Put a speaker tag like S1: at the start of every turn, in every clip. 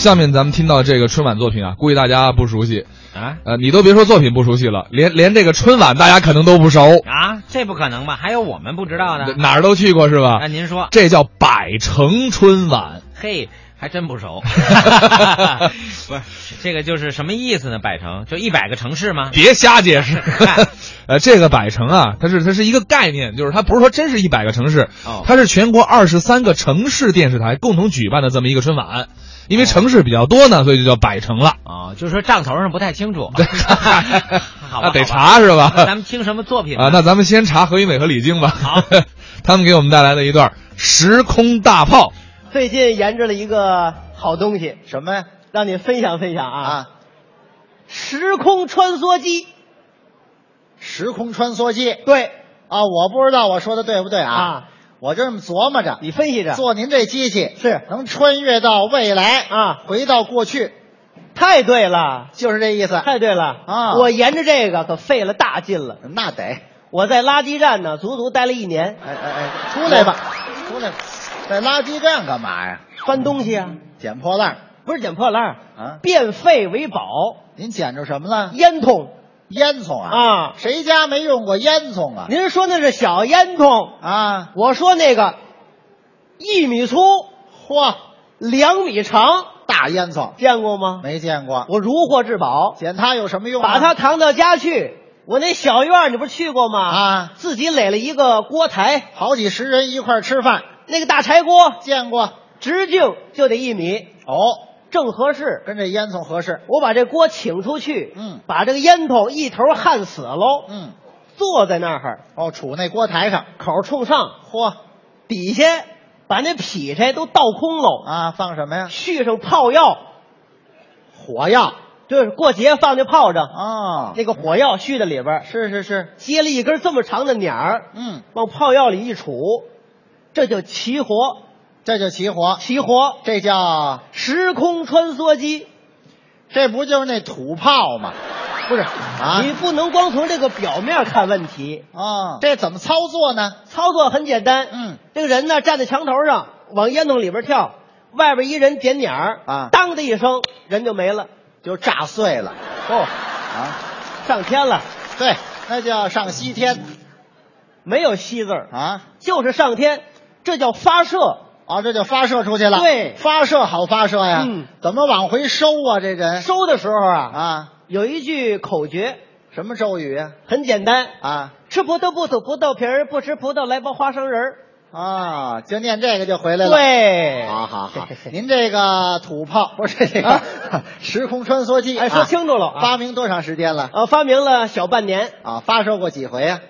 S1: 下面咱们听到这个春晚作品啊，估计大家不熟悉。
S2: 啊
S1: 呃，你都别说作品不熟悉了，连连这个春晚大家可能都不熟，
S2: 啊，这不可能吧？还有我们不知道的？
S1: 哪儿都去过是吧
S2: 那？您说，
S1: 这叫百城春晚。
S2: 嘿，还真 不熟。不是，这个就是什么意思呢？百城就一百个城市吗？
S1: 别瞎解释。 呃，这个百城啊，它是它是一个概念，就是它不是说真是一百个城市，
S2: 哦
S1: 它是全国二十三个城市电视台共同举办的这么一个春晚。因为城市比较多呢，所以就叫百城了。
S2: 哦，就是说账头上不太清楚。 哦好
S1: 那
S2: 吧，
S1: 得
S2: 好吧。
S1: 查是吧？
S2: 那咱们听什么作品
S1: 啊，
S2: 呢？
S1: 那咱们先查何云伟和李菁吧。
S2: 好，
S1: 他们给我们带来了一段《时空大炮
S3: 最近研制了一个好东西，
S4: 什么呀？
S3: 让你分享分享啊！
S4: 啊，
S3: 时空穿梭机，
S4: 时空穿梭机
S3: 对
S4: 啊！我不知道我说的对不对啊？
S3: 啊，
S4: 我就这么琢磨着，
S3: 你分析着，
S4: 做您这机器
S3: 是
S4: 能穿越到未来
S3: 啊
S4: 回到过去，
S3: 太对了，
S4: 就是这意思。
S3: 太对了
S4: 啊
S3: 我研制这个可费了大劲了，
S4: 那得，哎
S3: 我在垃圾站呢，足足待了一年，
S4: 哎哎，出来吧，出来吧，在垃圾站干嘛呀？
S3: 翻东西啊，
S4: 捡破烂
S3: 不是捡破烂儿
S4: 嗯啊
S3: 变废为宝，
S4: 您捡着什么了？
S3: 烟筒
S4: 烟囱啊！
S3: 啊，
S4: 谁家没用过烟囱啊？
S3: 您说那是小烟筒，
S4: 啊，
S3: 我说那个一米粗，嚯，两米长，
S4: 大烟囱
S3: 见过吗？
S4: 没见过，
S3: 我如获至宝，
S4: 捡它有什么用啊？
S3: 把它扛到家去。我那小院儿你不是去过吗？
S4: 啊
S3: 自己垒了一个锅台，
S4: 好几十人一块儿吃饭，
S3: 那个大柴锅
S4: 见过
S3: 直径就得一米，
S4: 哦，
S3: 正合适。
S4: 跟这烟囱合适。
S3: 我把这锅请出去，
S4: 嗯
S3: 把这个烟筒一头焊死喽，
S4: 嗯，
S3: 坐在那儿，
S4: 哦，杵那锅台上，
S3: 口冲上，
S4: 嚯
S3: 底下把那劈柴都倒空喽，
S4: 啊，放什么呀？
S3: 续上炮药，
S4: 火药
S3: 就是过节放那炮仗，
S4: 哦，
S3: 那个火药续在里边儿，
S4: 是是是，
S3: 接了一根这么长的捻儿，
S4: 嗯，
S3: 往炮药里一杵，这就齐活，
S4: 这就起火，
S3: 齐活，
S4: 这叫
S3: 时空穿梭机。
S4: 这不就是那土炮吗？不是啊
S3: 你不能光从这个表面看问题，
S4: 哦，这怎么操作呢？
S3: 操作很简单。
S4: 嗯，
S3: 这个人呢站在墙头上，往烟囱里边跳，外边一人点鸟儿
S4: 啊
S3: 当的一声，人就没了，
S4: 就炸碎了
S3: 哦，
S4: 啊！
S3: 上天了，
S4: 对，那叫上西天
S3: 没有西字儿，
S4: 啊！
S3: 就是上天，这叫发射。
S4: 哦，这就发射出去了。
S3: 对
S4: 发射好发射呀。
S3: 嗯，
S4: 怎么往回收啊？这人
S3: 收的时候啊，
S4: 啊，
S3: 有一句口诀
S4: 什么咒语啊？
S3: 很简单，
S4: 啊
S3: 吃葡萄不吐葡萄皮儿，不吃葡萄来包花生仁儿。
S4: 啊，就念这个就回来了。啊
S3: 对，，
S4: 好好好您这个土炮不是这个、
S3: 啊
S4: 时空穿梭机，啊
S3: 哎，说清楚了啊，
S4: 发明多长时间了？
S3: 呃，发明了小半年，
S4: 啊，发射过几回啊？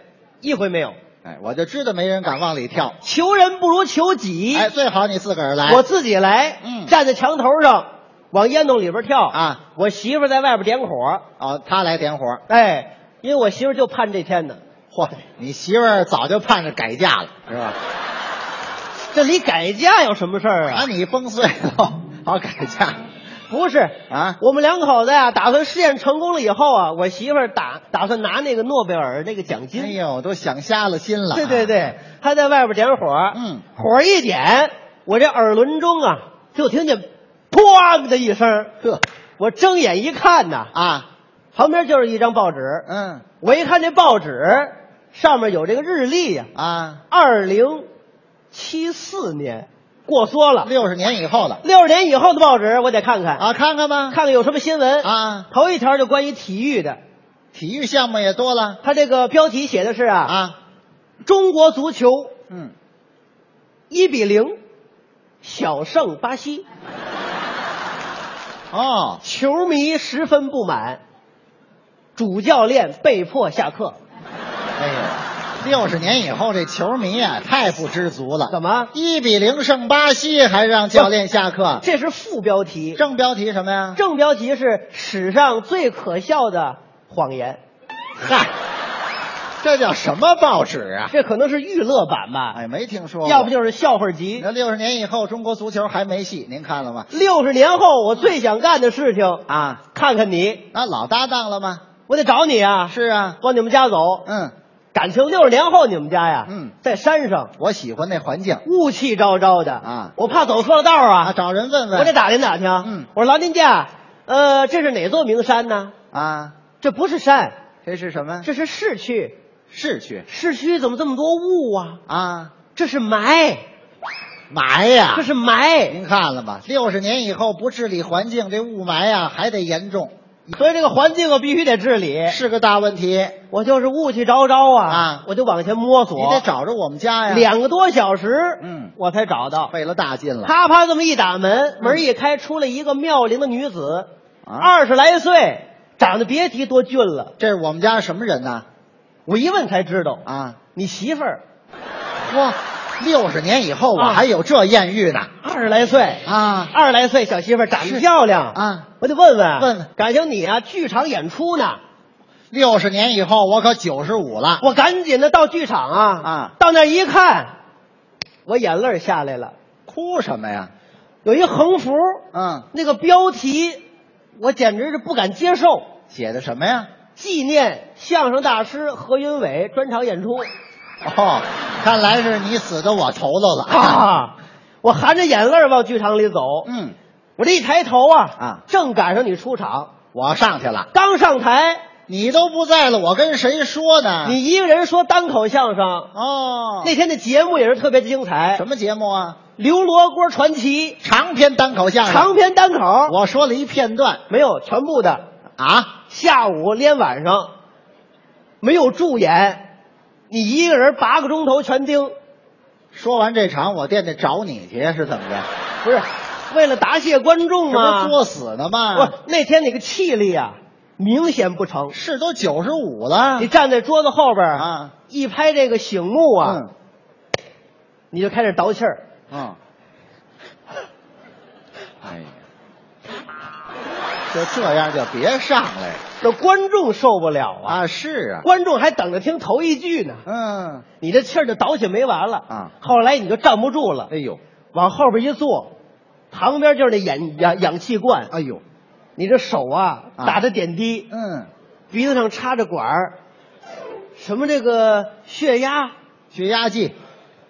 S3: 一回没有。
S4: 哎，我就知道没人敢往里跳。
S3: 求人不如求己，
S4: 哎，最好你自个儿来。
S3: 我自己来，
S4: 嗯
S3: 站在墙头上，往烟囱里边跳
S4: 啊！
S3: 我媳妇在外边点火，
S4: 哦，他来点火。
S3: 哎，因为我媳妇就盼这天呢。
S4: 嚯，你媳妇儿早就盼着改嫁了，是吧？
S3: 这离改嫁有什么事儿
S4: 把
S3: 啊？
S4: 你崩碎了， 好改嫁
S3: 不是
S4: 啊？
S3: 我们两口子呀、打算试验成功了以后啊，我媳妇儿打打算拿那个诺贝尔那个奖
S4: 哎
S3: 金。
S4: 呦，都想瞎了心了。啊
S3: 对对，对，她在外边点火，
S4: 嗯，
S3: 火一点，我这耳轮中啊，就听见砰的一声，
S4: 呵
S3: 我睁眼一看呐，
S4: 啊，
S3: 旁边就是一张报纸，
S4: 嗯
S3: 我一看这报纸上面有这个日历呀、
S4: 啊，
S3: 二零七四年过缩了，
S4: 六十年以后了
S3: 六十年以后的报纸我得看看，
S4: 啊，看看吧。
S3: 看看有什么新闻。
S4: 啊，
S3: 头一条就关于体育的，
S4: 体育项目也多了
S3: 它这个标题写的是啊，
S4: 啊，
S3: 中国足球
S4: 嗯，
S3: 一比零小胜巴西，
S4: 哦，
S3: 球迷十分不满，主教练被迫下课。
S4: 哎呦，六十年以后这球迷啊，太不知足了。
S3: 怎么？
S4: 一比零胜巴西，还让教练下课？
S3: 这是副标题，
S4: 正标题什么呀？
S3: 正标题是史上最可笑的谎言。
S4: 嗨，这叫什么报纸啊？
S3: 这可能是娱乐版吧，
S4: 哎，没听说过。
S3: 要不就是笑话集
S4: 那。六十年以后中国足球还没戏，您看了吗？
S3: 六十年后，我最想干的事情，
S4: 啊，
S3: 看看你，
S4: 那老搭档了吗？
S3: 我得找你啊！
S4: 是啊，
S3: 往你们家走，
S4: 嗯，
S3: 感情六十年后你们家呀，
S4: 嗯
S3: 在山上
S4: 我喜欢那环境
S3: 雾气昭昭的
S4: 啊
S3: 我怕走错道
S4: 啊，
S3: 啊，
S4: 找人问问。
S3: 我得打听打听。
S4: 嗯
S3: 我说劳您家，呃，这是哪座名山呢？
S4: 啊，
S3: 这不是山，
S4: 这是什么？
S3: 这是市区。
S4: 市区
S3: 市区怎么这么多雾啊？
S4: 啊，
S3: 这是霾，
S4: 霾呀、
S3: 这是霾。
S4: 您看了吧？六十年以后不治理环境，这雾霾呀、还得严重，
S3: 所以这个环境我啊必须得治理。
S4: 是个大问题。
S3: 我就是雾气昭昭啊，
S4: 啊
S3: 我就往前摸索。
S4: 你得找着我们家呀。
S3: 两个多小时，
S4: 嗯
S3: 我才找到。
S4: 费了大劲了。
S3: 啪啪这么一打门，门一开，出来一个妙龄的女子，
S4: 啊
S3: 二十来岁，长得别提多俊了。
S4: 这是我们家什么人呐？
S3: 我一问才知道，
S4: 啊，
S3: 你媳妇儿
S4: 哇，六十年以后我
S3: 啊
S4: 还有这艳遇呢。
S3: 二十来岁，
S4: 啊
S3: 二十来岁小媳妇儿长得漂亮
S4: 啊，
S3: 我得问问
S4: 问问，
S3: 感情你啊，剧场演出呢，
S4: 六十年以后我可九十五了。
S3: 我赶紧的到剧场啊
S4: 啊，
S3: 到那一看，我眼泪儿下来了，
S4: 哭什么呀？
S3: 有一横幅，
S4: 嗯，
S3: 那个标题，我简直是不敢接受。
S4: 写的什么呀？
S3: 纪念相声大师何云伟专 场演出
S4: 哦，看来是你死到我头头了。
S3: 啊！我含着眼泪儿往剧场里走，
S4: 嗯，
S3: 我这一抬头啊
S4: 啊
S3: 正赶上你出场，
S4: 我上去了，
S3: 刚上台，
S4: 你都不在了，我跟谁说呢？
S3: 你一个人说单口相声，
S4: 哦，
S3: 那天的节目也是特别精彩，
S4: 什么节目啊？
S3: 刘罗锅传奇
S4: 长篇单口相声。
S3: 长篇单口，
S4: 啊我说了一片段
S3: 没有全部的，
S4: 啊，
S3: 下午连晚上没有助演，你一个人八个钟头全盯，
S4: 说完这场我惦记找你去，是怎么着？
S3: 不是为了答谢观
S4: 这
S3: 众
S4: 不
S3: 吗？
S4: 是作死呢吗
S3: 不？，那天那个气力啊，明显不成。
S4: 是都九十五了
S3: 你站在桌子后边儿，
S4: 啊？
S3: 一拍这个醒目啊，
S4: 嗯
S3: 你就开始倒气儿。
S4: 嗯，哎呀，就这样就别上来了
S3: 这观众受不了啊，
S4: 啊！是啊，
S3: 观众还等着听头一句呢，
S4: 嗯，
S3: 你这气儿就倒起没完了
S4: 啊
S3: 后来你就站不住了
S4: 哎，呦，
S3: 往后边一坐，旁边就是那氧氧氧气罐，
S4: 哎呦，
S3: 你这手啊
S4: 啊
S3: 打着点滴，
S4: 嗯，
S3: 鼻子上插着管儿，什么这个血压、
S4: 血压计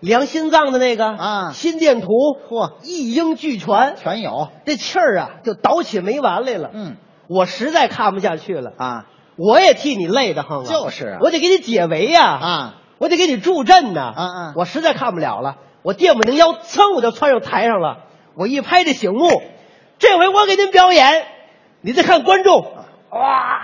S3: 量心脏的那个
S4: 啊
S3: 心电图，
S4: 嚯
S3: 一应俱全。
S4: 全有，
S3: 这气儿啊，就倒起没完来了。
S4: 嗯
S3: 我实在看不下去了，
S4: 啊
S3: 我也替你累得慌啊。
S4: 就是啊
S3: 我得给你解围呀、
S4: 啊，
S3: 我得给你助阵呐、
S4: 啊啊
S3: 我实在看不了了，我电不灵腰，噌我就窜上台上了。我一拍这醒目，这回我给您表演，你再看观众，哇，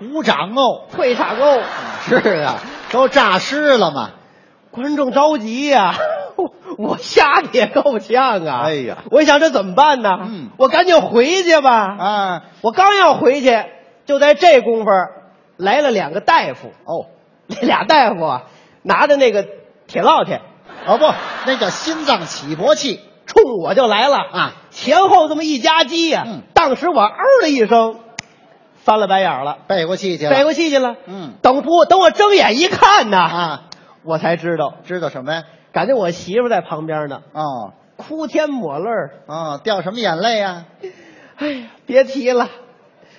S4: 鼓掌哦，
S3: 退场哦，
S4: 是啊，都诈尸了嘛，
S3: 观众着急呀、 我我吓得也够呛啊！
S4: 哎呀
S3: 我想这怎么办呢？
S4: 嗯
S3: 我赶紧回去吧。
S4: 啊，
S3: 我刚要回去，就在这功夫儿来了两个大夫，
S4: 哦，
S3: 那俩大夫啊拿着那个铁烙铁
S4: 哦不，那叫心脏起搏器
S3: 冲我就来了
S4: 啊，
S3: 前后这么一夹击呀、
S4: 嗯
S3: 当时我嗷的一声翻了白眼儿了，
S4: 背过气去
S3: 背
S4: 了
S3: 过气去了。
S4: 嗯
S3: 等不等我睁眼一看呐，
S4: 啊，
S3: 我才知道，
S4: 知道什么呀？
S3: 感觉我媳妇在旁边呢，
S4: 哦
S3: 哭天抹泪儿。
S4: 哦，掉什么眼泪呀？
S3: 哎呀，别提了，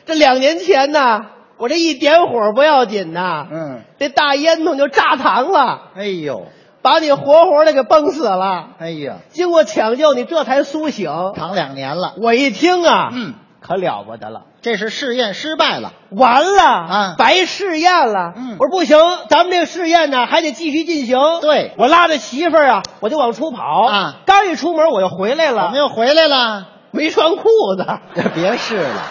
S3: 这两年前呐，我这一点火不要紧呐，
S4: 嗯，
S3: 这大烟囱就炸膛了。
S4: 哎呦，
S3: 把你活活的给崩死了。
S4: 哎呀，
S3: 经过抢救，你这才苏醒。
S4: 躺两年了，
S3: 我一听啊，
S4: 嗯，
S3: 可了不得了，
S4: 这是试验失败了，
S3: 完了
S4: 啊
S3: 白试验了。
S4: 嗯
S3: 我说不行，咱们这个试验呢还得继续进行。
S4: 对
S3: 我拉着媳妇儿啊，我就往出跑
S4: 啊
S3: 刚一出门我就回来
S4: 怎
S3: 了，
S4: 么又回来了？
S3: 没穿裤子。
S4: 别试了，